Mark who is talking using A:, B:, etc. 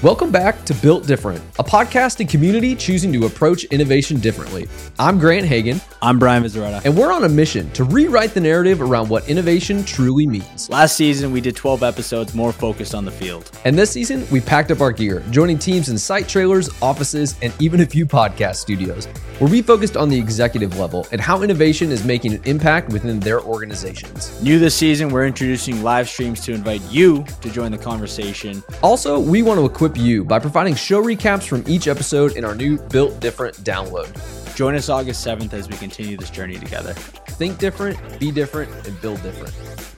A: Welcome back to Built Different, a podcast and community choosing to approach innovation differently. I'm Grant Hagen,
B: I'm Brian Vizarreta.
A: and we're on a mission to rewrite the narrative around what innovation truly means.
B: Last season, we did 12 episodes more focused on the field.
A: And this season, we packed up our gear, joining teams in site trailers, offices, and even a few podcast studios, where we focused on the executive level and how innovation is making an impact within their organizations.
B: New this season, we're introducing live streams to invite you to join the conversation.
A: Also, we want to equip you by providing show recaps from each episode in our new Built Different download.
B: Join us August 7th as we continue this journey together.
A: Think different, be different, and build different.